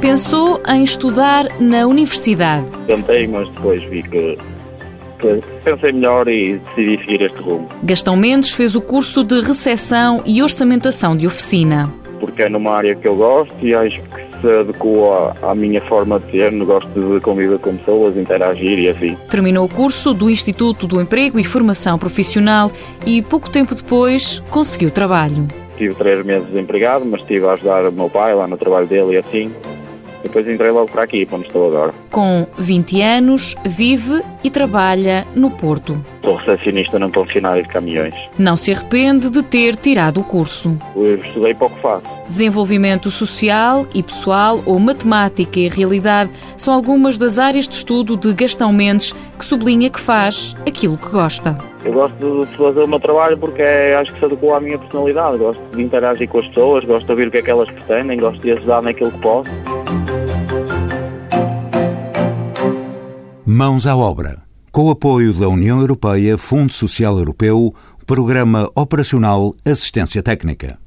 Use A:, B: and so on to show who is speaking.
A: Pensou em estudar na universidade.
B: Tentei, mas depois vi que, que pensei melhor e decidi seguir este rumo.
A: Gastão Mendes fez o curso de Recessão e Orçamentação de Oficina.
B: Porque é numa área que eu gosto e acho que se adequa à minha forma de ser. Gosto de conviver com pessoas, interagir e assim.
A: Terminou o curso do Instituto do Emprego e Formação Profissional e pouco tempo depois conseguiu trabalho.
B: Tive três meses desempregado, mas estive a ajudar o meu pai lá no trabalho dele e assim. Depois entrei logo para aqui, para onde estou agora.
A: Com 20 anos, vive e trabalha no Porto.
B: Sou recepcionista num concessionário de caminhões.
A: Não se arrepende de ter tirado o curso.
B: Eu estudei pouco faço.
A: Desenvolvimento social e pessoal, ou matemática e realidade, são algumas das áreas de estudo de Gastão Mendes, que sublinha que faz aquilo que gosta.
B: Eu gosto de fazer o meu trabalho porque é- acho que se adequa à minha personalidade. Gosto de interagir com as pessoas, gosto de ouvir o que é que elas pretendem, gosto de ajudar naquilo que posso.
C: Mãos à obra. Com o apoio da União Europeia, Fundo Social Europeu, Programa Operacional Assistência Técnica.